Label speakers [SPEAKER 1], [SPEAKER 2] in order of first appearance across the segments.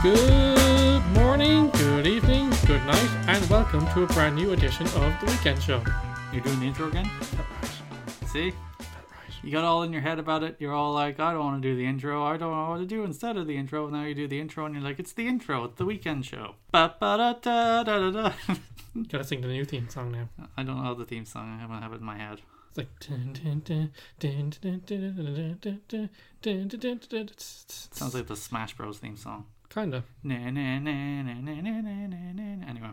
[SPEAKER 1] Good morning, good evening, good night, and welcome to a brand new edition of The Weekend Show.
[SPEAKER 2] You're doing the intro again?
[SPEAKER 1] Right,
[SPEAKER 2] See?
[SPEAKER 1] right.
[SPEAKER 2] You got all in your head about it. You're all like, I don't want to do the intro. I don't know what to do instead of the intro. And now you do the intro and you're like, it's the intro. It's the weekend show. Ba ba da da da da da.
[SPEAKER 1] Gotta sing the new theme song now.
[SPEAKER 2] I don't know the theme song. I don't have it in my head.
[SPEAKER 1] It's like. dun, dun, dun, dun, dun, dun, dun, dun, dun, dun, dun, dun, dun, dun, dun.
[SPEAKER 2] It sounds like the Smash Bros theme song.
[SPEAKER 1] Kinda.
[SPEAKER 2] Na na na na na na na na na. Anyway,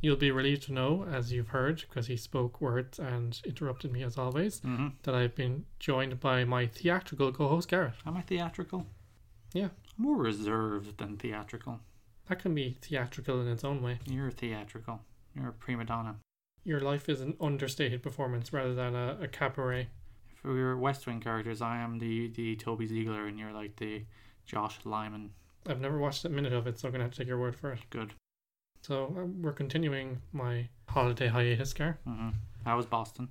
[SPEAKER 1] You'll be relieved to know, as you've heard, because he spoke words and interrupted me as always,
[SPEAKER 2] Mhm.
[SPEAKER 1] that I've been joined by my theatrical co host, Garrett.
[SPEAKER 2] am I theatrical?
[SPEAKER 1] Yeah.
[SPEAKER 2] More reserved than theatrical.
[SPEAKER 1] That can be theatrical in its own way.
[SPEAKER 2] You're theatrical. You're a prima donna.
[SPEAKER 1] Your life is an understated performance rather than a, a cabaret.
[SPEAKER 2] If we were West Wing characters, I am the the Toby Ziegler, and you're like the Josh Lyman.
[SPEAKER 1] I've never watched a minute of it, so I'm gonna have to take your word for it.
[SPEAKER 2] Good.
[SPEAKER 1] So um, we're continuing my holiday hiatus, Gar.
[SPEAKER 2] Mm-hmm. How was Boston?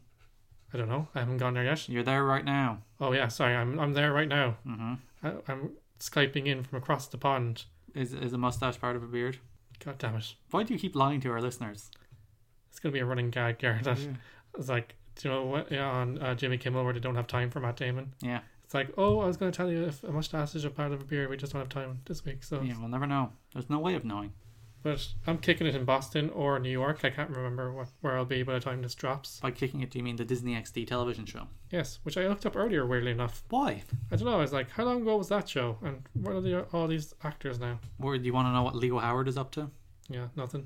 [SPEAKER 1] I don't know. I haven't gone there yet.
[SPEAKER 2] You're there right now.
[SPEAKER 1] Oh yeah, sorry. I'm I'm there right now.
[SPEAKER 2] Mm-hmm.
[SPEAKER 1] I, I'm skyping in from across the pond.
[SPEAKER 2] Is is a mustache part of a beard?
[SPEAKER 1] God damn it!
[SPEAKER 2] Why do you keep lying to our listeners?
[SPEAKER 1] It's gonna be a running gag, Gar. That it's like, do you know what? Yeah, on uh, Jimmy Kimmel, where they don't have time for Matt Damon.
[SPEAKER 2] Yeah.
[SPEAKER 1] It's like, oh, I was gonna tell you if a mustache is a part of a beard, we just don't have time this week. So,
[SPEAKER 2] Yeah, we'll never know. There's no way of knowing.
[SPEAKER 1] but I'm kicking it in Boston or New York. I can't remember what, where I'll be by the time this drops.
[SPEAKER 2] By kicking it, do you mean the Disney XD television show?
[SPEAKER 1] Yes, which I looked up earlier, weirdly enough.
[SPEAKER 2] Why?
[SPEAKER 1] I don't know. I was like, how long ago was that show? And what are the, all these actors now?
[SPEAKER 2] Or do you want to know what Leo Howard is up to?
[SPEAKER 1] Yeah, nothing.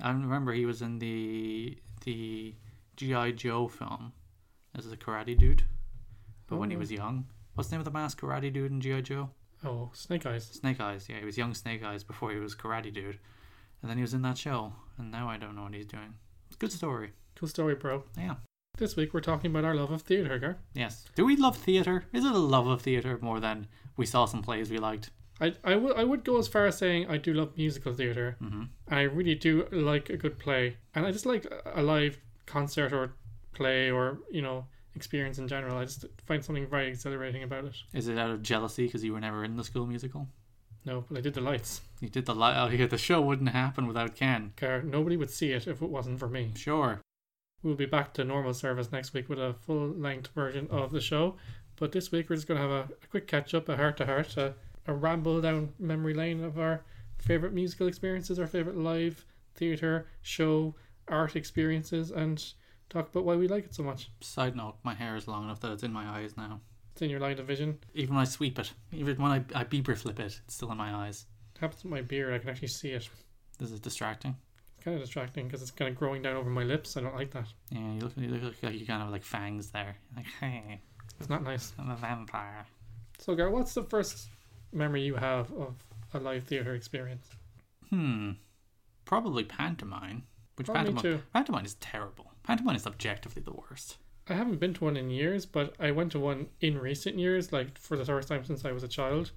[SPEAKER 2] I remember he was in the the G.I. Joe film as the karate dude. But when he
[SPEAKER 1] Oh.
[SPEAKER 2] was young. What's the name of the masked karate dude in G.I. Joe?
[SPEAKER 1] Oh, Snake Eyes.
[SPEAKER 2] Snake Eyes, yeah, he was young Snake Eyes before he was Karate Dude. And then he was in that show, and now I don't know what he's doing. It's a good story.
[SPEAKER 1] Cool story, bro.
[SPEAKER 2] Yeah.
[SPEAKER 1] This week we're talking about our love of theatre, Gar.
[SPEAKER 2] Yes. Do we love theatre? Is it a love of theatre more than we saw some plays we liked?
[SPEAKER 1] I, I, w- I would go as far as saying I do love musical theatre.
[SPEAKER 2] Mhm.
[SPEAKER 1] And I really do like a good play. And I just like a- a live concert or play or, you know, experience in general. I just find something very exhilarating about it.
[SPEAKER 2] Is it out of jealousy because you were never in the school musical?
[SPEAKER 1] No, but I did the lights.
[SPEAKER 2] You did the light out here. The show wouldn't happen without Ken.
[SPEAKER 1] Gar, nobody would see it if it wasn't for me.
[SPEAKER 2] Sure.
[SPEAKER 1] We'll be back to normal service next week with a full length version of the show. But this week we're just going to have a, a quick catch up, a heart to heart, a a ramble down memory lane of our favourite musical experiences, our favourite live theatre, show, art experiences, and talk about why we like it so much.
[SPEAKER 2] Side note, my hair is long enough that it's in my eyes now.
[SPEAKER 1] It's in your line of vision.
[SPEAKER 2] Even when I sweep it, even when I, I beeper flip it, it's still in my eyes.
[SPEAKER 1] It happens with my beard, I can actually see it.
[SPEAKER 2] This is distracting.
[SPEAKER 1] It's kind of distracting because it's kind of growing down over my lips. I don't like that.
[SPEAKER 2] Yeah, you look, you look like you kind of have, like fangs there. Like, hey,
[SPEAKER 1] It's not nice.
[SPEAKER 2] I'm a vampire.
[SPEAKER 1] So, Gar, what's the first memory you have of a live theatre experience?
[SPEAKER 2] Hmm. Probably pantomime. Which
[SPEAKER 1] Oh, me
[SPEAKER 2] pantomime?
[SPEAKER 1] too.
[SPEAKER 2] Pantomime is terrible. Pantomime is objectively the worst.
[SPEAKER 1] I haven't been to one in years, but I went to one in recent years, like for the first time since I was a child.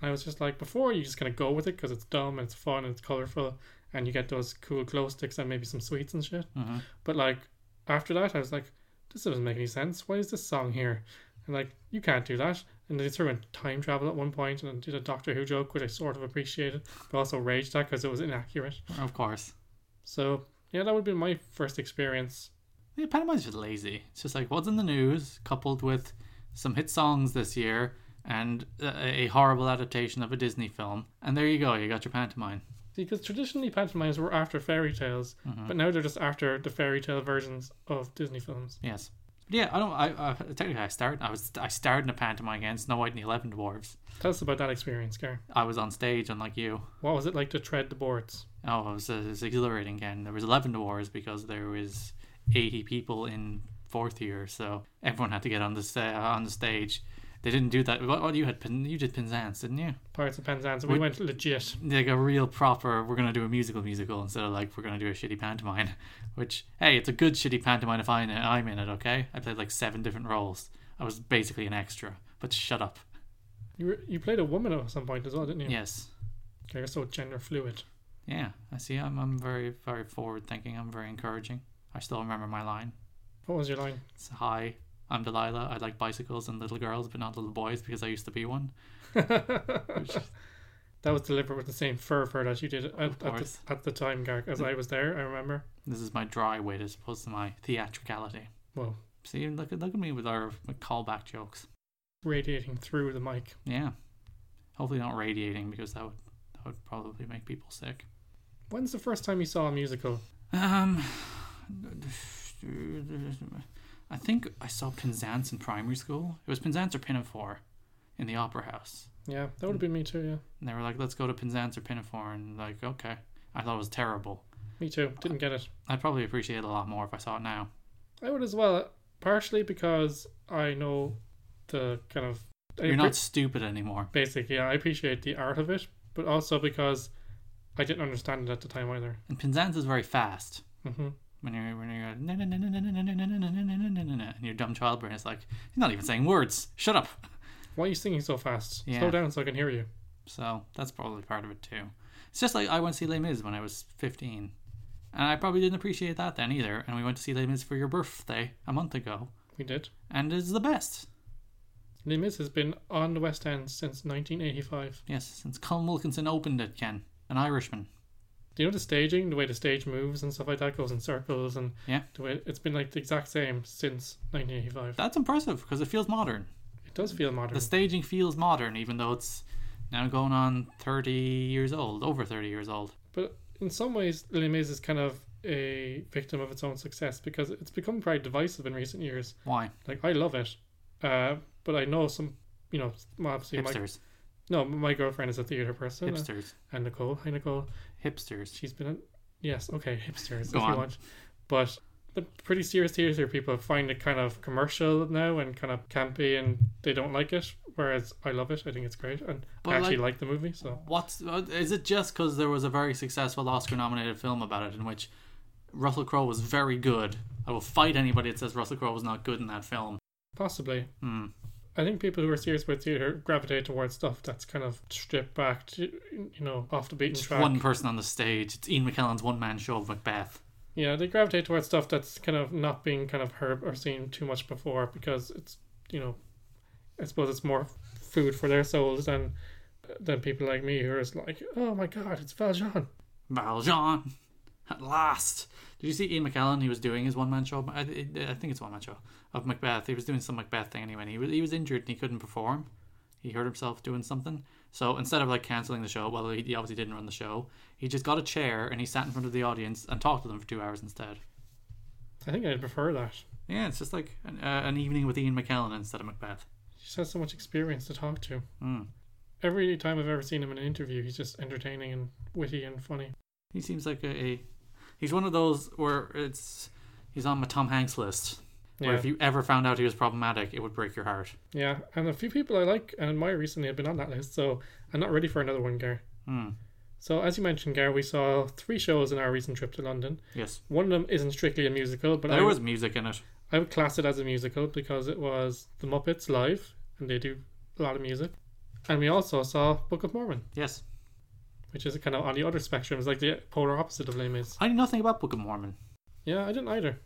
[SPEAKER 1] And I was just like, before you just kind of go with it because it's dumb and it's fun and it's colorful, and you get those cool glow sticks and maybe some sweets and shit.
[SPEAKER 2] Mhm.
[SPEAKER 1] But like after that, I was like, this doesn't make any sense. Why is this song here? And like, you can't do that. And they threw in time travel at one point and did a Doctor Who joke, which I sort of appreciated, but also raged at because it was inaccurate.
[SPEAKER 2] Of course.
[SPEAKER 1] So yeah, that would be my first experience.
[SPEAKER 2] Yeah, pantomime is just lazy. It's just like what's in the news, coupled with some hit songs this year and a, a horrible adaptation of a Disney film, and there you go. You got your pantomime.
[SPEAKER 1] Because traditionally pantomimes were after fairy tales, but now they're just after the fairy tale versions of Disney films.
[SPEAKER 2] Yes. But yeah, I don't. I, I technically I started. I was I starred in a pantomime against Snow White and the Eleven Dwarfs.
[SPEAKER 1] Tell us about that experience, Gar.
[SPEAKER 2] I was on stage, unlike you.
[SPEAKER 1] What was it like to tread the boards?
[SPEAKER 2] Oh, it was, it was exhilarating again. There was 11 dwarves because there was 80 people in fourth year, so everyone had to get on the sta- on the stage. They didn't do that. What, what you had pin, you did Penzance, didn't you?
[SPEAKER 1] Pirates of Penzance, and we
[SPEAKER 2] We-
[SPEAKER 1] went legit.
[SPEAKER 2] Like a real proper. We're gonna do a musical musical instead of like we're gonna do a shitty pantomime. Which hey, it's a good shitty pantomime if I I'm in it. Okay, I played like seven different roles. I was basically an extra. But shut up.
[SPEAKER 1] You were, you played a woman at some point as well, didn't you?
[SPEAKER 2] Yes.
[SPEAKER 1] Okay, you're so gender fluid.
[SPEAKER 2] Yeah. I see. I'm I'm very very forward thinking. I'm very encouraging. I still remember my line.
[SPEAKER 1] What was your line?
[SPEAKER 2] It's, hi, I'm Delilah. I like bicycles and little girls, but not little boys because I used to be one.
[SPEAKER 1] that that was delivered with the same fervor that you did at, at, the,
[SPEAKER 2] course.
[SPEAKER 1] at the time, Garg, as I was there. I remember.
[SPEAKER 2] This is my dry wit as opposed to my theatricality.
[SPEAKER 1] Well,
[SPEAKER 2] See, look at look at me with our callback jokes.
[SPEAKER 1] radiating through the mic.
[SPEAKER 2] Yeah. Hopefully not radiating because that would that would probably make people sick.
[SPEAKER 1] When's the first time you saw a musical?
[SPEAKER 2] Um, I think I saw Penzance in primary school. It was Penzance or Pinafore, in the Opera House,
[SPEAKER 1] Yeah, that would have been me too. Yeah,
[SPEAKER 2] and they were like, "Let's go to Penzance or Pinafore," and like, okay. I thought it was terrible.
[SPEAKER 1] me too. Didn't get it.
[SPEAKER 2] I'd probably appreciate it a lot more if I saw it now.
[SPEAKER 1] I would as well, partially because I know the kind of. I
[SPEAKER 2] You're
[SPEAKER 1] appre-
[SPEAKER 2] not stupid anymore.
[SPEAKER 1] basic. Yeah, I appreciate the art of it, but also because I didn't understand it at the time either.
[SPEAKER 2] And Penzance is very fast.
[SPEAKER 1] hmm
[SPEAKER 2] When you're when you're na- na- na- na- na- na- na- na- na- na- na- na- na- na- and your dumb child brain is like, you're not even saying words. Shut up.
[SPEAKER 1] Why are you singing so fast?
[SPEAKER 2] Yeah.
[SPEAKER 1] Slow down so I can hear you.
[SPEAKER 2] So that's probably part of it too. It's just like I went to see Les Mis when I was 15. And I probably didn't appreciate that then either. And we went to see Les Mis for your birthday a month ago.
[SPEAKER 1] We did.
[SPEAKER 2] And it's the best.
[SPEAKER 1] Les Mis has been on the West End since 1985.
[SPEAKER 2] Yes, since Colin Wilkinson opened it, Ken. An Irishman.
[SPEAKER 1] Do you know the staging, the way the stage moves and stuff like that goes in circles, and
[SPEAKER 2] Yeah.
[SPEAKER 1] the way it's been like the exact same since 1985.
[SPEAKER 2] That's impressive because it feels modern.
[SPEAKER 1] It does feel modern.
[SPEAKER 2] The staging feels modern, even though it's now going on 30 years old, over 30 years old.
[SPEAKER 1] But in some ways, Les Mis is kind of a victim of its own success because it's become quite divisive in recent years.
[SPEAKER 2] Why?
[SPEAKER 1] Like I love it, uh, but I know some, you know, well, obviously my
[SPEAKER 2] Hipsters.
[SPEAKER 1] no, my girlfriend is a theater person, uh,
[SPEAKER 2] Hipsters.
[SPEAKER 1] and Nicole, hi Nicole,
[SPEAKER 2] Hipsters.
[SPEAKER 1] she's been, in, yes, okay, hipsters
[SPEAKER 2] Go
[SPEAKER 1] if
[SPEAKER 2] on.
[SPEAKER 1] you want, but the pretty serious theater people find it kind of commercial now and kind of campy, and they don't like it. Whereas I love it, I think it's great, and
[SPEAKER 2] But,
[SPEAKER 1] I actually like the movie, so
[SPEAKER 2] What's uh, is it just because there was a very successful Oscar-nominated film about it in which Russell Crowe was very good? I will fight anybody that says Russell Crowe was not good in that film.
[SPEAKER 1] possibly
[SPEAKER 2] Hmm.
[SPEAKER 1] I think people who are serious about theatre gravitate towards stuff that's kind of stripped back, to, you know, off the beaten
[SPEAKER 2] Just
[SPEAKER 1] track.
[SPEAKER 2] one person on the stage. It's Ian McKellen's one-man show of Macbeth.
[SPEAKER 1] Yeah, they gravitate towards stuff that's kind of not being kind of heard or seen too much before because it's, you know, I suppose it's more food for their souls than than people like me who are just like, oh my god, it's Valjean.
[SPEAKER 2] Valjean, at last. Did you see Ian McKellen? He was doing his one-man show. I, I think it's one-man show of Macbeth. He was doing some Macbeth thing anyway. And he was he was injured and he couldn't perform. He hurt himself doing something. So instead of like canceling the show, well, he, he obviously didn't run the show. He just got a chair and he sat in front of the audience and talked to them for two hours instead.
[SPEAKER 1] I think I'd prefer that.
[SPEAKER 2] Yeah, it's just like an, uh, an evening with Ian McKellen instead of Macbeth.
[SPEAKER 1] He just has so much experience to talk to.
[SPEAKER 2] Mm.
[SPEAKER 1] Every time I've ever seen him in an interview, he's just entertaining and witty and funny.
[SPEAKER 2] He seems like a, a he's one of those where it's he's on my Tom Hanks list. Where
[SPEAKER 1] Yeah.
[SPEAKER 2] if you ever found out he was problematic, it would break your heart.
[SPEAKER 1] Yeah, and a few people I like and admire recently have been on that list, so I'm not ready for another one, Gar.
[SPEAKER 2] Hmm.
[SPEAKER 1] So, as you mentioned, Gar, we saw three shows in our recent trip to London.
[SPEAKER 2] Yes.
[SPEAKER 1] One of them isn't strictly a musical, but I,
[SPEAKER 2] There was music in it.
[SPEAKER 1] I would class it as a musical because it was The Muppets Live, and they do a lot of music. And we also saw Book of Mormon,
[SPEAKER 2] Yes.
[SPEAKER 1] which is kind of on the other spectrum. It's like the polar opposite of Les Mis.
[SPEAKER 2] I knew nothing about Book of Mormon,
[SPEAKER 1] Yeah, I didn't either.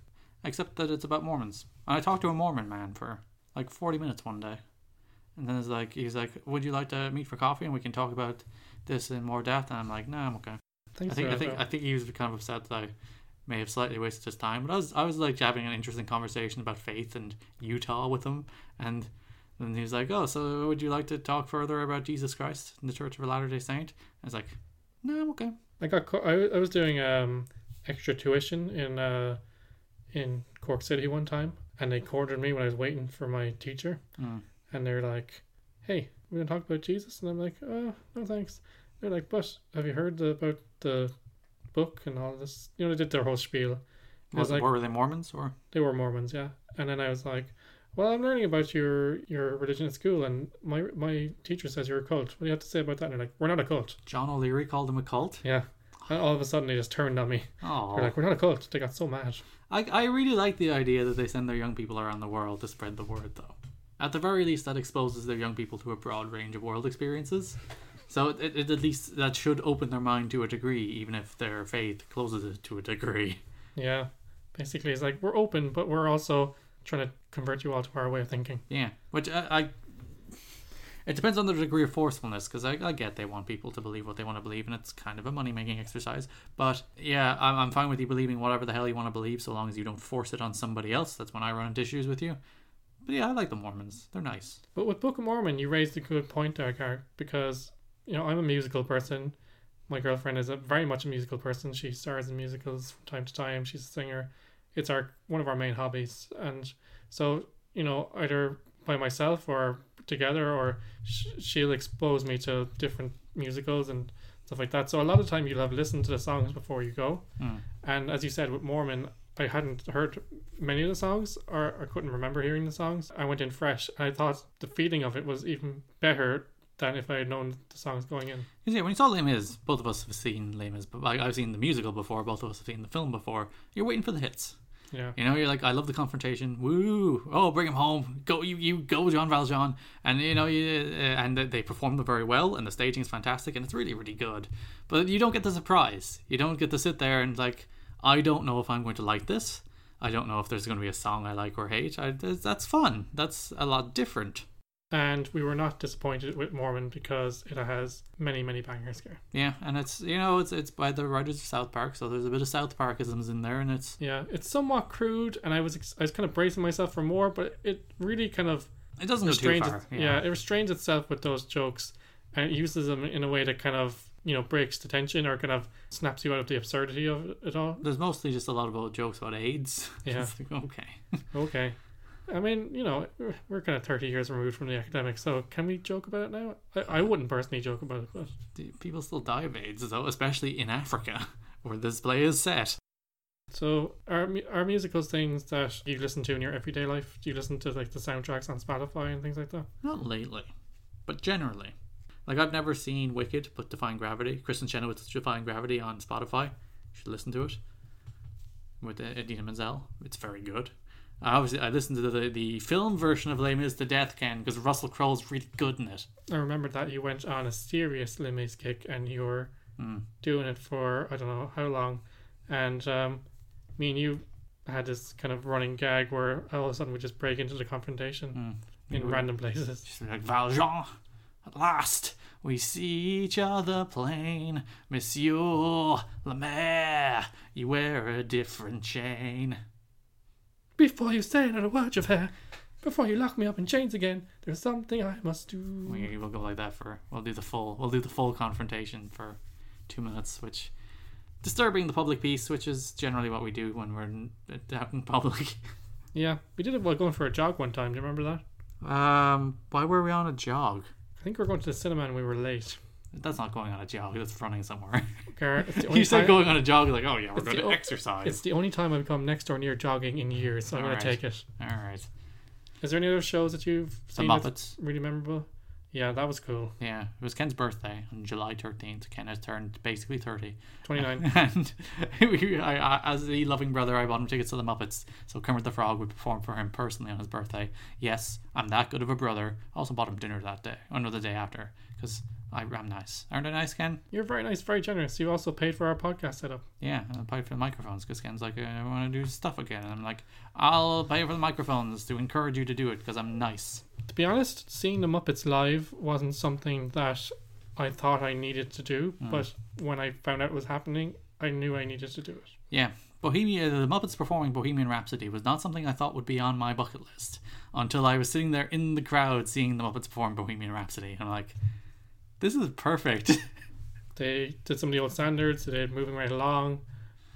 [SPEAKER 2] except that it's about Mormons. And I talked to a Mormon man for like 40 minutes one day. And then it's like, he's like, would you like to meet for coffee and we can talk about this in more depth? And I'm like, no, I'm okay. I
[SPEAKER 1] Thanks
[SPEAKER 2] think,
[SPEAKER 1] for
[SPEAKER 2] I
[SPEAKER 1] that,
[SPEAKER 2] think,
[SPEAKER 1] though.
[SPEAKER 2] I think he was kind of upset that I may have slightly wasted his time. But I was, I was like having an interesting conversation about faith and Utah with him. And then he was like, oh, so would you like to talk further about Jesus Christ and the Church of a Latter-day Saint? I was like, no, I'm okay.
[SPEAKER 1] I got co- I, I was doing um extra tuition in uh in Cork City one time, and they cornered me when I was waiting for my teacher,
[SPEAKER 2] Mm.
[SPEAKER 1] and they're like, "Hey, we're gonna talk about Jesus," and I'm like, "Oh, no thanks." They're like, "But have you heard about the book and all this?" You know, they did their whole spiel. I was
[SPEAKER 2] Was,
[SPEAKER 1] like,
[SPEAKER 2] were they Mormons or?
[SPEAKER 1] they were Mormons, yeah. And then I was like, "Well, I'm learning about your your religion at school, and my my teacher says you're a cult. What do you have to say about that?" And they're like, "We're not a cult."
[SPEAKER 2] John O'Leary called him a cult.
[SPEAKER 1] Yeah. And all of a sudden, they just turned on me.
[SPEAKER 2] Oh,
[SPEAKER 1] They're like, we're not a cult. They got so mad.
[SPEAKER 2] I, I really like the idea that they send their young people around the world to spread the word, though. At the very least, that exposes their young people to a broad range of world experiences. So it, it at least that should open their mind to a degree, even if their faith closes it to a degree.
[SPEAKER 1] Yeah. Basically, it's like, we're open, but we're also trying to convert you all to our way of thinking.
[SPEAKER 2] Yeah, which I, I uh, It depends on the degree of forcefulness, because I, I get they want people to believe what they want to believe, and it's kind of a money making exercise. But yeah, I'm, I'm fine with you believing whatever the hell you want to believe, so long as you don't force it on somebody else. That's when I run into issues with you. But yeah, I like the Mormons. They're nice.
[SPEAKER 1] But with Book of Mormon, you raised a good point there, Gar, because you know I'm a musical person. My girlfriend is a very much a musical person. She stars in musicals from time to time. She's a singer. It's our one of our main hobbies, and so you know either by myself or together, or sh- she'll expose me to different musicals and stuff like that. So a lot of time you'll have listened to the songs before you go,
[SPEAKER 2] Mm.
[SPEAKER 1] and as you said with Mormon, I hadn't heard many of the songs or, or couldn't remember hearing the songs. I went in fresh and I thought the feeling of it was even better than if I had known the songs going in.
[SPEAKER 2] 'Cause, yeah, when you saw Les Mis, both of us have seen Les Mis, but I, I've seen the musical before. Both of us have seen the film before. You're waiting for the hits.
[SPEAKER 1] Yeah.
[SPEAKER 2] You know, you're like, I love the confrontation. Woo! Oh, bring him home. Go, you, you go, John Valjean. And you know, you, uh, and they- they perform them very well, and the staging is fantastic, and it's really, really good. But you don't get the surprise. You don't get to sit there and like, I don't know if I'm going to like this. I don't know if there's going to be a song I like or hate. I, that's that's fun. That's a lot different.
[SPEAKER 1] And we were not disappointed with Mormon because it has many, many bangers here.
[SPEAKER 2] Yeah, and it's you know, it's it's by the writers of South Park, so there's a bit of South Parkisms in there, and it's
[SPEAKER 1] Yeah, it's somewhat crude, and I was ex- I was kind of bracing myself for more, but it really kind of
[SPEAKER 2] it doesn't go too
[SPEAKER 1] restrains
[SPEAKER 2] far.
[SPEAKER 1] it, yeah. it restrains itself with those jokes and it uses them in a way that kind of you know breaks the tension or kind of snaps you out of the absurdity of it all
[SPEAKER 2] There's mostly just a lot about jokes about AIDS.
[SPEAKER 1] Yeah.
[SPEAKER 2] It's like, okay.
[SPEAKER 1] okay i mean you know we're- we're kind of 30 years removed from the academic so can we joke about it now i, I wouldn't personally joke about it but
[SPEAKER 2] Do- People still die of AIDS, though, especially in Africa, where this play is set.
[SPEAKER 1] so are, mu- are musicals things that you listen to in your everyday life do you listen to like the soundtracks on spotify and things like that
[SPEAKER 2] Not lately, but generally. Like, I've never seen Wicked, but Define Gravity, Kristen Chenoweth's Define Gravity on Spotify. You should listen to it. With uh, Idina Menzel. It's very good. I obviously I listened to the, the film version of Les Mis The Death Can because Russell Crowe's really good in it.
[SPEAKER 1] i remember that you went on a serious limits kick and you were
[SPEAKER 2] Mm.
[SPEAKER 1] doing it for I don't know how long, and um, me and you had this kind of running gag where all of a sudden we just break into the confrontation
[SPEAKER 2] Mm.
[SPEAKER 1] in
[SPEAKER 2] We-
[SPEAKER 1] random places.
[SPEAKER 2] She's like, Valjean, at last we see each other plain. Monsieur Le Maire, you wear a different chain.
[SPEAKER 1] Before you say another word of hair, before you lock me up in chains again, there's something I must do.
[SPEAKER 2] We, we'll go like that for, we'll do the full, we'll do the full confrontation for two minutes, which disturbing the public peace, which is generally what we do when we're in, out in public.
[SPEAKER 1] Yeah, we did it while going for a jog one time. Do you remember that?
[SPEAKER 2] Um, why were we on a jog?
[SPEAKER 1] I think we were going to the cinema and we were late.
[SPEAKER 2] That's not going on a jog. That's running somewhere.
[SPEAKER 1] Garrett, it's the only
[SPEAKER 2] you said
[SPEAKER 1] time-
[SPEAKER 2] going on a jog, like, oh yeah, we're
[SPEAKER 1] It's
[SPEAKER 2] going
[SPEAKER 1] the
[SPEAKER 2] to
[SPEAKER 1] o-
[SPEAKER 2] exercise.
[SPEAKER 1] It's the only time I've come next or near jogging in years, so I'm
[SPEAKER 2] All
[SPEAKER 1] going
[SPEAKER 2] right.
[SPEAKER 1] to take it.
[SPEAKER 2] All right,
[SPEAKER 1] Is there any other shows that you've
[SPEAKER 2] the
[SPEAKER 1] seen that's
[SPEAKER 2] Muppets.
[SPEAKER 1] really memorable? Yeah, that was cool.
[SPEAKER 2] Yeah, it was Ken's birthday on July 13th. Ken has turned basically 30.
[SPEAKER 1] 29.
[SPEAKER 2] And we, I, I, as the loving brother, I bought him tickets to the Muppets. So Kermit the Frog would perform for him personally on his birthday. Yes, I'm that good of a brother. I also bought him dinner that day, or no, the day after, because I'm nice. Aren't I nice, Ken?
[SPEAKER 1] You're very nice, very generous. You also paid for our podcast setup.
[SPEAKER 2] Yeah, and I paid for the microphones because Ken's like, I want to do stuff again. And I'm like, I'll pay for the microphones to encourage you to do it because I'm nice.
[SPEAKER 1] To be honest, seeing the Muppets live wasn't something that I thought I needed to do,
[SPEAKER 2] Hmm.
[SPEAKER 1] but when I found out it was happening, I knew I needed to do it.
[SPEAKER 2] Yeah, Bohemia, the Muppets performing Bohemian Rhapsody was not something I thought would be on my bucket list until I was sitting there in the crowd seeing the Muppets perform Bohemian Rhapsody. And I'm like, this is perfect.
[SPEAKER 1] They did some of the old standards, they did Moving Right Along,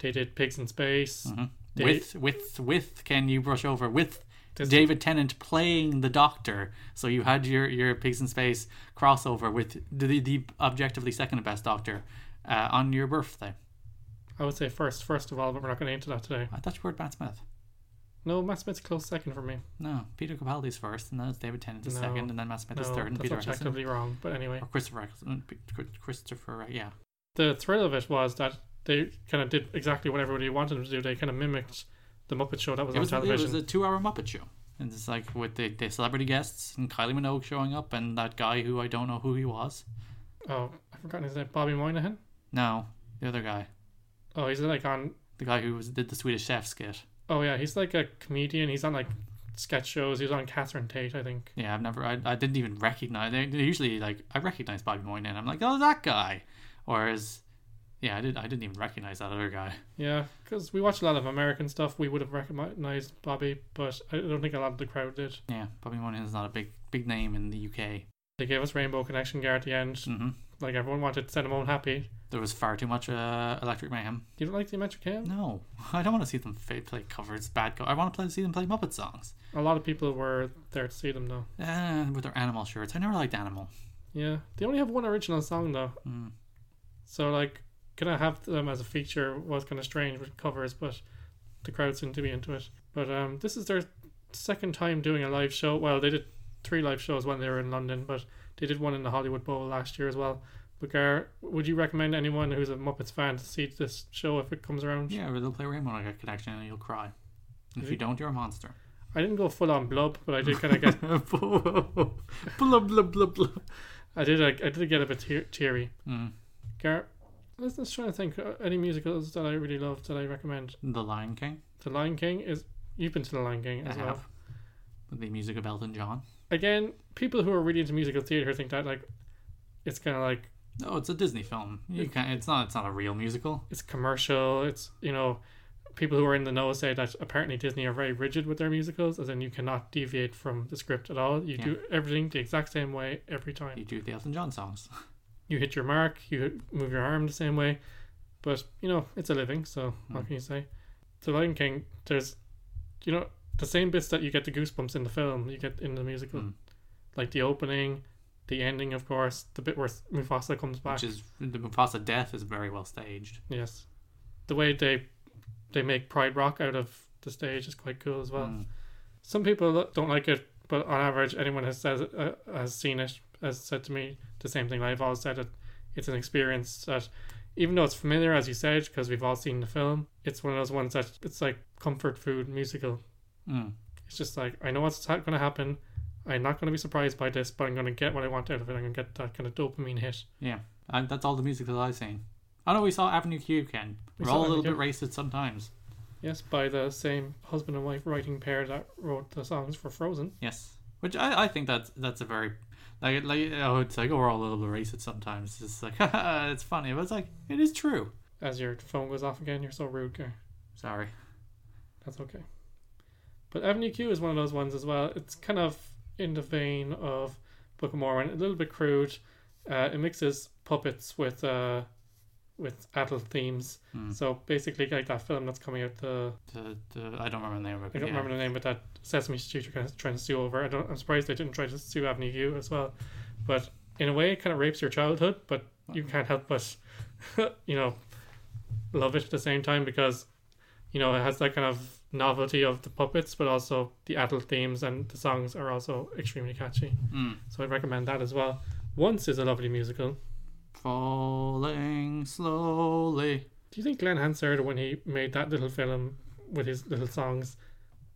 [SPEAKER 1] they did Pigs in Space.
[SPEAKER 2] Hmm.
[SPEAKER 1] They-
[SPEAKER 2] Mhm. with, with, with, can you brush over? With
[SPEAKER 1] This-
[SPEAKER 2] David Tennant playing the Doctor. So you had your, your Pigs in Space crossover with the, the objectively second best Doctor uh, on your birthday.
[SPEAKER 1] I would say first, first of all, but we're not going to get into that today.
[SPEAKER 2] I thought you were Matt Smith.
[SPEAKER 1] No, Matt Smith's close second for me.
[SPEAKER 2] No, Peter Capaldi's first, and then it's David Tennant is
[SPEAKER 1] No.
[SPEAKER 2] second, and then Matt Smith
[SPEAKER 1] No,
[SPEAKER 2] is third, and
[SPEAKER 1] that's
[SPEAKER 2] Peter Eccleston-
[SPEAKER 1] objectively wrong, but anyway.
[SPEAKER 2] Or Christopher Eccleston. P- Chris- Christopher, Eccleston, yeah.
[SPEAKER 1] the thrill of it was that they kind of did exactly what everybody wanted them to do. They kind of mimicked the Muppet Show that was
[SPEAKER 2] It
[SPEAKER 1] on
[SPEAKER 2] was, it
[SPEAKER 1] television.
[SPEAKER 2] was a two hour Muppet show. And it's like with the, the celebrity guests and Kylie Minogue showing up and that guy who I don't know who he was.
[SPEAKER 1] Oh, I've forgotten his name. Bobby Moynihan.
[SPEAKER 2] No, the other guy.
[SPEAKER 1] Oh, he's like on.
[SPEAKER 2] The guy who was, did the Swedish chef skit.
[SPEAKER 1] Oh yeah, he's like a comedian. He's on like sketch shows. He was on Catherine Tate, I think.
[SPEAKER 2] Yeah, I've never. I, I didn't even recognize. They they're usually like I recognize Bobby Moynihan. I'm like, oh, that guy. Whereas, yeah, I did. I didn't even recognize that other guy.
[SPEAKER 1] Yeah, because we watched a lot of American stuff. We would have recognized Bobby, but I don't think a lot of the crowd did.
[SPEAKER 2] Yeah, Bobby Moynihan is not a big big name in the UK.
[SPEAKER 1] They gave us Rainbow Connection Gear at the end.
[SPEAKER 2] hmm
[SPEAKER 1] Like everyone wanted to send him home happy.
[SPEAKER 2] There was far too much uh, Electric Mayhem.
[SPEAKER 1] You don't like the Electric Mayhem?
[SPEAKER 2] No, I don't want to see them fa- play covers, bad co I want to play, see them play Muppet songs.
[SPEAKER 1] A lot of people were there to see them though.
[SPEAKER 2] Uh, with their animal shirts. I never liked animal.
[SPEAKER 1] Yeah, they only have one original song though.
[SPEAKER 2] Mm.
[SPEAKER 1] So like, gonna have them as a feature was kind of strange with covers, but the crowd seemed to be into it. But um, this is their second time doing a live show. Well, they did three live shows when they were in London, but they did one in the Hollywood Bowl last year as well. But Gar, would you recommend anyone who's a Muppets fan to see this show if it comes around?
[SPEAKER 2] Yeah, or they'll play Rainbow Night Connection and you'll cry. And if
[SPEAKER 1] Really?
[SPEAKER 2] you don't, you're a monster.
[SPEAKER 1] I didn't go full on blub, but I did kind of get,
[SPEAKER 2] blub, blub, blub, blub.
[SPEAKER 1] I did, I did get a bit tear- teary.
[SPEAKER 2] Mm.
[SPEAKER 1] Gar, let's just try to think uh, any musicals that I really love that I recommend.
[SPEAKER 2] The Lion King.
[SPEAKER 1] The Lion King is you've been to The Lion King as
[SPEAKER 2] I
[SPEAKER 1] well.
[SPEAKER 2] have. With the music of Elton John.
[SPEAKER 1] Again, people who are really into musical theater think that like it's kind of like
[SPEAKER 2] No, it's a Disney film. You can't, it's not. It's not a real musical.
[SPEAKER 1] it's commercial. It's you know people who are in the know say that apparently Disney are very rigid with their musicals, as in you cannot deviate from the script at all. You
[SPEAKER 2] Yeah.
[SPEAKER 1] do everything the exact same way every time.
[SPEAKER 2] You do the Elton John songs.
[SPEAKER 1] you hit your mark, you move your arm the same way. But you know, it's a living, so
[SPEAKER 2] Hmm.
[SPEAKER 1] what can you say? The Lion King, there's, you know, the same bits that you get the goosebumps in the film, you get in the musical,
[SPEAKER 2] Mm.
[SPEAKER 1] like the opening, the ending, of course, the bit where Mufasa comes back.
[SPEAKER 2] Which is the Mufasa death is very well staged.
[SPEAKER 1] yes, the way they they make Pride Rock out of the stage is quite cool as well.
[SPEAKER 2] Mm.
[SPEAKER 1] Some people lo- don't like it, but on average, anyone has says it, uh, has seen it has said to me the same thing. I've always said it. It's an experience that, even though it's familiar as you said, because we've all seen the film, it's one of those ones that it's like comfort food musical.
[SPEAKER 2] Mm.
[SPEAKER 1] It's just like I know what's ha- going to happen. I'm not going to be surprised by this, but I'm going to get what I want out of it. I'm going to get that kind of dopamine hit.
[SPEAKER 2] Yeah, I, that's all the music that I've seen. I know we saw Avenue Q, Ken.
[SPEAKER 1] We
[SPEAKER 2] We're
[SPEAKER 1] saw
[SPEAKER 2] all a little
[SPEAKER 1] Avenue
[SPEAKER 2] bit racist sometimes.
[SPEAKER 1] Yes, by the same husband and wife writing pair that wrote the songs for Frozen.
[SPEAKER 2] Yes, which I, I think that's that's a very like like oh it's like oh, we're all a little bit racist sometimes. It's like haha, it's funny, but it's like it is true.
[SPEAKER 1] As your phone goes off again, you're so rude, girl.
[SPEAKER 2] Sorry.
[SPEAKER 1] That's okay. But Avenue Q is one of those ones as well. It's kind of in the vein of Book of Mormon, a little bit crude. Uh, it mixes puppets with uh, with adult themes.
[SPEAKER 2] Mm.
[SPEAKER 1] So basically, like that film that's coming out, the
[SPEAKER 2] The, the, I don't remember the name of it.
[SPEAKER 1] I don't
[SPEAKER 2] yeah.
[SPEAKER 1] remember the name, but that Sesame Street are kind of trying to sue over. I don't. I'm surprised they didn't try to sue Avenue U as well. But in a way, it kind of rapes your childhood, but you can't help but, you know, love it at the same time because, you know, it has that kind of novelty of the puppets, but also the adult themes and the songs are also extremely catchy.
[SPEAKER 2] Mm.
[SPEAKER 1] So I recommend that as well. Once is a lovely musical.
[SPEAKER 2] Falling slowly.
[SPEAKER 1] Do you think Glenn Hansard, when he made that little film with his little songs,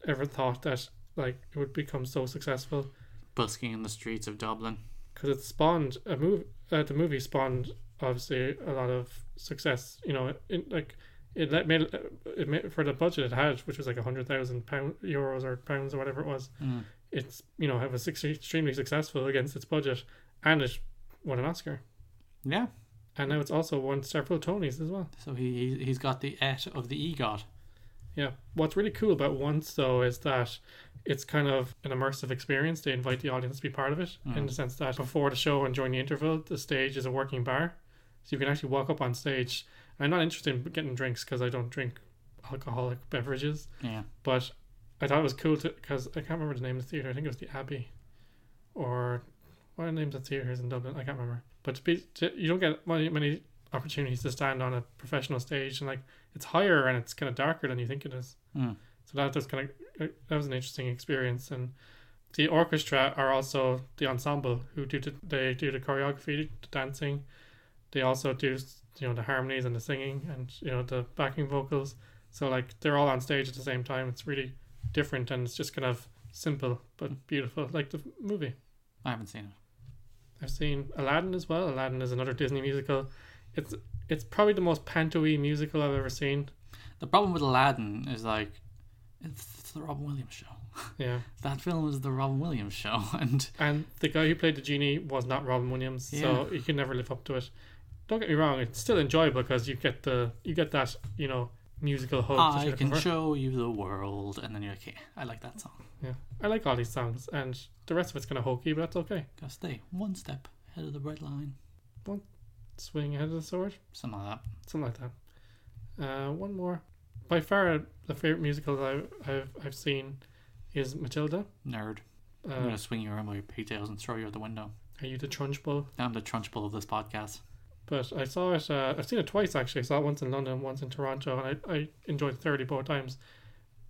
[SPEAKER 1] ever thought that like it would become so successful?
[SPEAKER 2] busking in the streets of Dublin.
[SPEAKER 1] because it spawned a movie. Uh, the movie spawned obviously a lot of success. You know, it, like it let made uh, it made, for the budget it had, which was like a hundred thousand pound euros or pounds or whatever it was.
[SPEAKER 2] Mm.
[SPEAKER 1] It's you know it was ex- extremely successful against its budget, and it won an Oscar.
[SPEAKER 2] Yeah.
[SPEAKER 1] And now it's also won several Tonys as well.
[SPEAKER 2] So he he- he's got the et of the egot.
[SPEAKER 1] Yeah. What's really cool about Once though is that it's kind of an immersive experience. They invite the audience to be part of it in the sense that before the show and during the interval, the stage is a working bar, so you can actually walk up on stage. I'm not interested in getting drinks because I don't drink alcoholic beverages,
[SPEAKER 2] Yeah.
[SPEAKER 1] but I thought it was cool because I can't remember the name of the theater. I think it was the Abbey, or what are the names of theaters in Dublin? I can't remember. But to be, to, you don't get many many opportunities to stand on a professional stage, and like it's higher and it's kind of darker than you think it is.
[SPEAKER 2] Mm.
[SPEAKER 1] So that was kind of that was an interesting experience. And the orchestra are also the ensemble who do the, they do the choreography, the dancing. They also do you know the harmonies and the singing and you know the backing vocals. So like they're all on stage at the same time. It's really different and it's just kind of simple
[SPEAKER 2] Mm.
[SPEAKER 1] but beautiful, like the movie.
[SPEAKER 2] I haven't seen it.
[SPEAKER 1] I've seen Aladdin as well. Aladdin is another Disney musical. It's it's probably the most pantoey musical I've ever seen.
[SPEAKER 2] The problem with Aladdin is like it's the Robin Williams show.
[SPEAKER 1] Yeah.
[SPEAKER 2] That film was the Robin Williams show, and
[SPEAKER 1] And the guy who played the genie was not Robin Williams, so you can never live up to it. Don't get me wrong; it's still enjoyable because you get the you get that you know musical hope. that
[SPEAKER 2] I
[SPEAKER 1] you're looking
[SPEAKER 2] can
[SPEAKER 1] Oh, for.
[SPEAKER 2] show Ah, you the world, and then you're like, yeah, I like that song.
[SPEAKER 1] Yeah, I like all these songs, and the rest of it's kind of hokey, but that's okay.
[SPEAKER 2] Gotta stay one step ahead of the bread line,
[SPEAKER 1] Swing ahead of the sword,
[SPEAKER 2] something like that.
[SPEAKER 1] something like that. Uh, one more. By far, the favorite musical that I, I've I've seen is Matilda.
[SPEAKER 2] Nerd,
[SPEAKER 1] Uh,
[SPEAKER 2] I'm gonna swing you around with your pigtails and throw you out the window.
[SPEAKER 1] Are you the Trunchbull?
[SPEAKER 2] I'm the trunchbull of this podcast.
[SPEAKER 1] But I saw it. Uh, I've seen it twice actually. I saw it once in London, once in Toronto, and I, I enjoyed it thoroughly both times.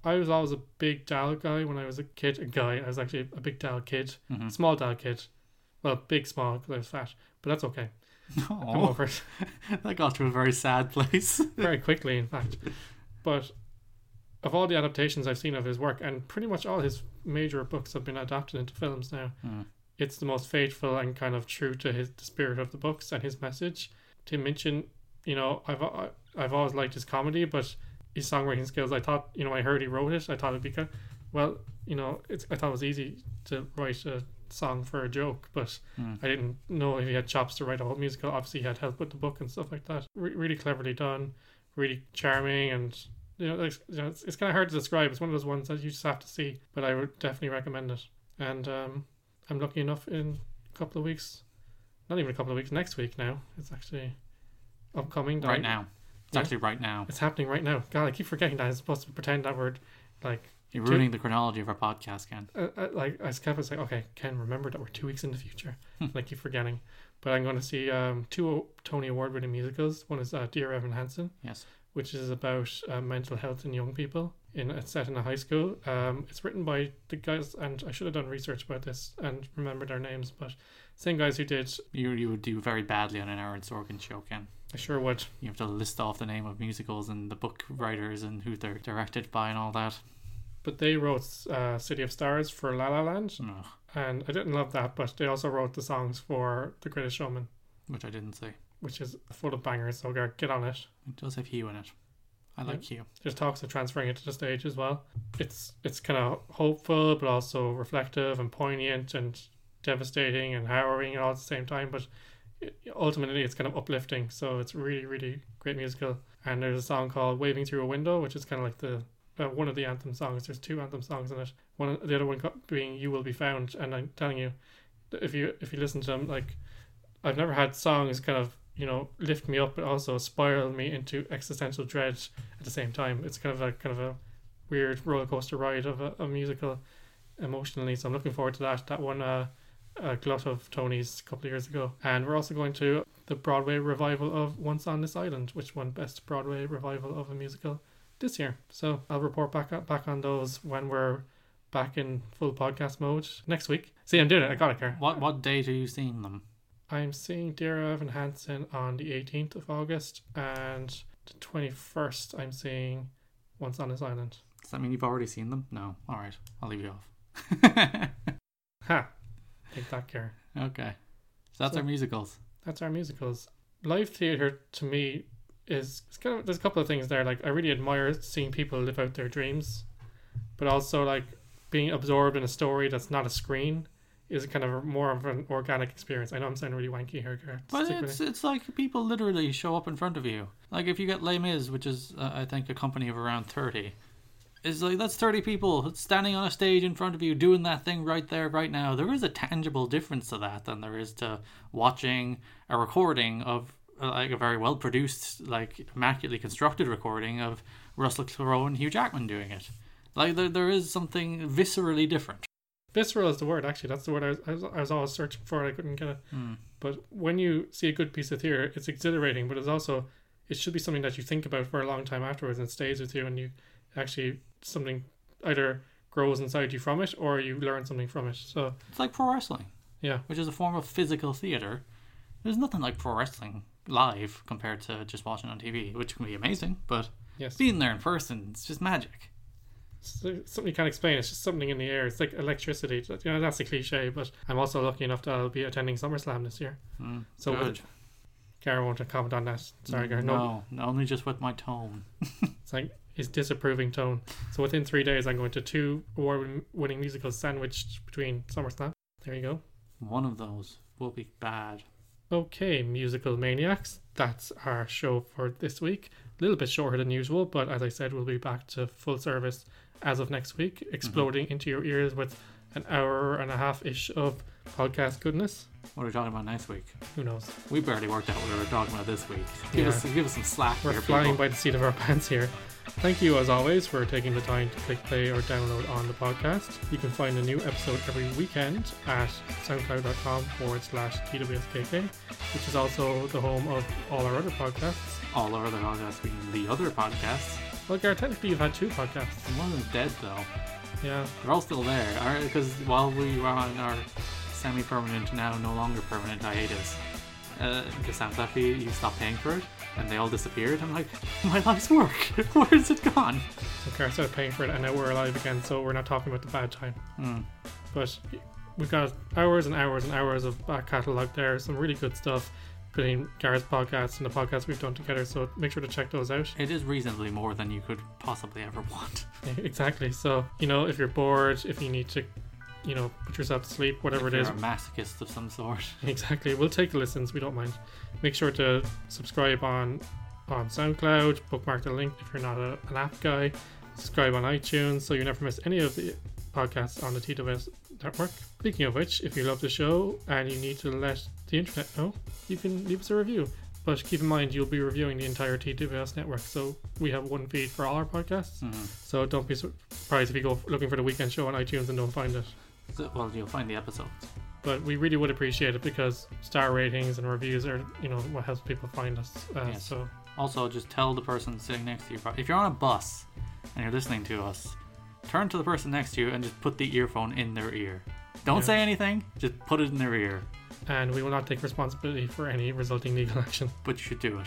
[SPEAKER 1] I was always a big Dal guy when I was a kid. A guy, I was actually a big Dal kid,
[SPEAKER 2] Mhm.
[SPEAKER 1] small Dal kid, well, big small because I was fat. But that's okay. I'm
[SPEAKER 2] Oh,
[SPEAKER 1] over it
[SPEAKER 2] that got to a very sad place.
[SPEAKER 1] very quickly, in fact. But of all the adaptations I've seen of his work, and pretty much all his major books have been adapted into films now.
[SPEAKER 2] Mm.
[SPEAKER 1] it's the most faithful and kind of true to his the spirit of the books and his message. Tim Minchin, you know, I've I- I've always liked his comedy, but his songwriting skills. I thought, you know, I heard he wrote it. I thought it'd be kind well, you know, it's I thought it was easy to write a song for a joke, but
[SPEAKER 2] Mm.
[SPEAKER 1] I didn't know if he had chops to write a whole musical. Obviously, he had help with the book and stuff like that. Re- really cleverly done, really charming, and you know, it's, you know, it's, it's kind of hard to describe. It's one of those ones that you just have to see, but I would definitely recommend it. And um, I'm lucky enough in a couple of weeks, not even a couple of weeks, next week now. It's actually upcoming. that I-
[SPEAKER 2] right now, it's
[SPEAKER 1] Yeah.
[SPEAKER 2] actually right now.
[SPEAKER 1] It's happening right now. God, I keep forgetting that. I'm supposed to pretend that we're like,
[SPEAKER 2] You're ruining the chronology of our podcast, Ken.
[SPEAKER 1] uh, uh, like I kept was like, okay, Ken, remember that we're two weeks in the future. and I keep forgetting. But I'm going to see um, two o- Tony Award winning musicals. One is uh, Dear Evan Hansen,
[SPEAKER 2] Yes.
[SPEAKER 1] which is about uh, mental health in young people. In it's set in a high school. Um, it's written by the guys, and I should have done research about this and remember their names, but same guys who did.
[SPEAKER 2] You you would do very badly on an Aaron Sorkin show, Ken.
[SPEAKER 1] I sure would.
[SPEAKER 2] You have to list off the name of musicals and the book writers and who they're directed by and all that.
[SPEAKER 1] But they wrote uh, City of Stars for La La Land,
[SPEAKER 2] Ugh,
[SPEAKER 1] and I didn't love that. But they also wrote the songs for The Greatest Showman,
[SPEAKER 2] which I didn't see.
[SPEAKER 1] which is full of bangers. So Gar- get on it.
[SPEAKER 2] It does have Hugh in it. I like Hugh.
[SPEAKER 1] There's talks of transferring it to the stage as well. It's it's kind of hopeful, but also reflective and poignant and devastating and harrowing all at the same time. But it, ultimately, it's kind of uplifting. So it's really really great musical. And there's a song called "Waving Through a Window," which is kind of like the uh, one of the anthem songs. There's two anthem songs in it. One the other one co- being "You Will Be Found." And I'm telling you, that if you if you listen to them, like I've never had songs kind of you know lift me up, but also spiral me into existential dread at the same time. It's kind of a kind of a weird roller coaster ride of a, a musical emotionally. So I'm looking forward to that. That one uh, uh glut of Tony's a couple of years ago. And we're also going to the Broadway revival of Once on This Island, which won Best Broadway Revival of a Musical this year. So I'll report back on, back on those when we're back in full podcast mode next week. See, I'm doing it. I got it, Car.
[SPEAKER 2] What what date are you seeing them?
[SPEAKER 1] I'm seeing Dear Evan Hansen on the 18th of August and the 21st. I'm seeing Once on This Island.
[SPEAKER 2] Does that mean you've already seen them? No. All right. I'll leave you off.
[SPEAKER 1] Ha! Take that care.
[SPEAKER 2] okay. So that's
[SPEAKER 1] So-
[SPEAKER 2] our musicals.
[SPEAKER 1] That's our musicals. Live theatre to me is it's kind of there's a couple of things there. Like I really admire seeing people live out their dreams, but also like being absorbed in a story that's not a screen is kind of a- more of an organic experience. I know I'm sounding really wanky here, Gareth.
[SPEAKER 2] But
[SPEAKER 1] Stick with
[SPEAKER 2] it's it's like people literally show up in front of you. Like if you get Les Mis, which is uh, I think a company of around thirty, it's like that's thirty people standing on a stage in front of you doing that thing right there, right now. There is a tangible difference to that than there is to watching a recording of uh, like a very well produced, like immaculately constructed recording of Russell Crowe and Hugh Jackman doing it. Like there, there is something viscerally different.
[SPEAKER 1] visceral is the word actually that's the word I was, I was, I was always searching for and i couldn't get it but when you see a good piece of theater it's exhilarating but it's also it should be something that you think about for a long time afterwards and it stays with you and you actually something either grows inside you from it or you learn something from it so
[SPEAKER 2] It's like pro wrestling.
[SPEAKER 1] Yeah.
[SPEAKER 2] Which is a form of physical theater. There's nothing like pro wrestling live compared to just watching on TV, which can be amazing, but
[SPEAKER 1] yes
[SPEAKER 2] being there in person, it's just magic.
[SPEAKER 1] So- something you can't explain. It's just something in the air. It's like electricity. That- You know, that's a cliche, but I'm also lucky enough that I'll be attending SummerSlam this year.
[SPEAKER 2] Mm,
[SPEAKER 1] So
[SPEAKER 2] good. Mm,
[SPEAKER 1] Gary won't comment on that. Sorry, Gary. No,
[SPEAKER 2] no, only just with my tone.
[SPEAKER 1] it's like his disapproving tone. So within three days, I'm going to two award-winning musicals sandwiched between SummerSlam. There you go.
[SPEAKER 2] One of those will be bad.
[SPEAKER 1] Okay, musical maniacs, that's our show for this week. A little bit shorter than usual, but as I said, we'll be back to full service as of next week, exploding into your ears with an hour and a half ish of podcast goodness.
[SPEAKER 2] What are we talking about next week?
[SPEAKER 1] Who knows?
[SPEAKER 2] We barely worked out what we were talking about this week. Give us give us some slack
[SPEAKER 1] We're
[SPEAKER 2] here,
[SPEAKER 1] flying
[SPEAKER 2] people.
[SPEAKER 1] by the seat of our pants here. Thank you, as always, for taking the time to click play or download on the podcast. You can find a new episode every weekend at soundcloud.com forward slash TWSKK, which is also the home of all our other podcasts.
[SPEAKER 2] All our other podcasts being the other podcasts.
[SPEAKER 1] Well, Gareth, technically you've had two podcasts.
[SPEAKER 2] One is dead though.
[SPEAKER 1] Yeah,
[SPEAKER 2] They're all still there. Because while we were on our semi-permanent, now no longer permanent hiatus, uh, the SoundCloud fee, you stopped paying for it, and they all disappeared. I'm like, my life's work. Where's it gone?
[SPEAKER 1] so Gareth started paying for it, and now we're alive again, so we're not talking about the bad time.
[SPEAKER 2] Hmm.
[SPEAKER 1] But we've got hours and hours and hours of back catalogue there, some really good stuff between Gareth's podcasts and the podcasts we've done together, so make sure to check those out.
[SPEAKER 2] It is reasonably more than you could possibly ever want.
[SPEAKER 1] Exactly. So, you know, if you're bored, if you need to, you know, put yourself to sleep, whatever it
[SPEAKER 2] You're
[SPEAKER 1] is,
[SPEAKER 2] a masochist of some sort.
[SPEAKER 1] exactly. We'll take the listens. We don't mind. Make sure to subscribe on on SoundCloud. Bookmark the link if you're not a, an app guy. Subscribe on iTunes so you never miss any of the podcasts on the TWS network. Speaking of which, if you love the show and you need to let the internet know, you can leave us a review. But keep in mind, you'll be reviewing the entire TWS network, so we have one feed for all our podcasts.
[SPEAKER 2] Hmm.
[SPEAKER 1] So don't be surprised if you go looking for the weekend show on iTunes and don't find it
[SPEAKER 2] So- well, you'll find the episodes.
[SPEAKER 1] but we really would appreciate it because star ratings and reviews are you know what helps people find us uh,
[SPEAKER 2] Yes.
[SPEAKER 1] so
[SPEAKER 2] Also, just tell the person sitting next to you. If you're on a bus and you're listening to us, turn to the person next to you and just put the earphone in their ear. Don't
[SPEAKER 1] Yeah.
[SPEAKER 2] say anything, just put it in their ear.
[SPEAKER 1] and we will not take responsibility for any resulting legal action
[SPEAKER 2] But you should do it.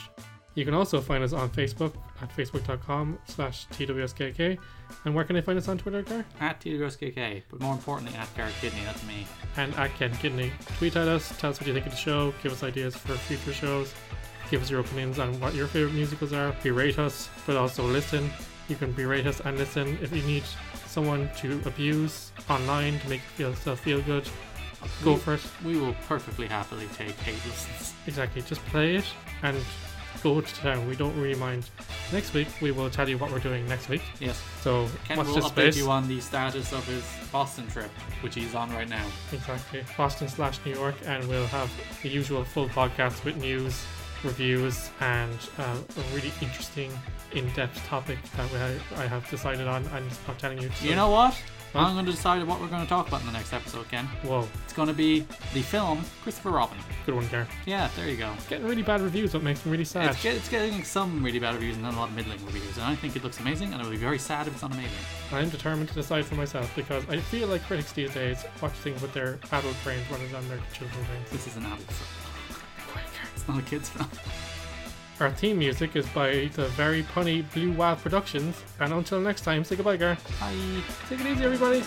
[SPEAKER 1] you can also find us on facebook at facebook.com slash twskk and where can they find us on twitter Gar?
[SPEAKER 2] At TWSKK, but more importantly, at Garrett Kidney, that's me.
[SPEAKER 1] and at ken kidney tweet at us tell us what you think of the show give us ideas for future shows give us your opinions on what your favorite musicals are berate us but also listen you can berate us and listen if you need someone to abuse online to make yourself feel good go
[SPEAKER 2] we,
[SPEAKER 1] for it
[SPEAKER 2] We will perfectly happily take hate listens.
[SPEAKER 1] Exactly. Just play it and go to town. We don't really mind. Next week we will tell you what we're doing next week.
[SPEAKER 2] Yes,
[SPEAKER 1] So
[SPEAKER 2] Ken
[SPEAKER 1] watch
[SPEAKER 2] will
[SPEAKER 1] this
[SPEAKER 2] update
[SPEAKER 1] space.
[SPEAKER 2] you on the status of his Boston trip, which he's on right now.
[SPEAKER 1] Exactly. Boston slash New York, and we'll have the usual full podcast with news, reviews, and uh, a really interesting, in-depth topic that we- I have decided on. I'm just not telling you. so-
[SPEAKER 2] You know what?
[SPEAKER 1] Huh?
[SPEAKER 2] I'm going to decide what we're going to talk about in the next episode, Ken.
[SPEAKER 1] Whoa,
[SPEAKER 2] It's going to be the film Christopher Robin.
[SPEAKER 1] good one, Gar.
[SPEAKER 2] Yeah, there you go.
[SPEAKER 1] Getting really bad reviews, what makes me really sad.
[SPEAKER 2] It's, get, it's getting some really bad reviews and then a lot of middling reviews, and I think it looks amazing, and I'll be very sad if it's not amazing.
[SPEAKER 1] I'm determined to decide for myself because I feel like critics these days watch things with their adult brains rather than their children's brains.
[SPEAKER 2] This is an adult film. It's not a kid's film.
[SPEAKER 1] Our theme music is by the very punny Blue Wild Productions. And until next time, say goodbye, Gar.
[SPEAKER 2] Bye.
[SPEAKER 1] Take it easy, everybody.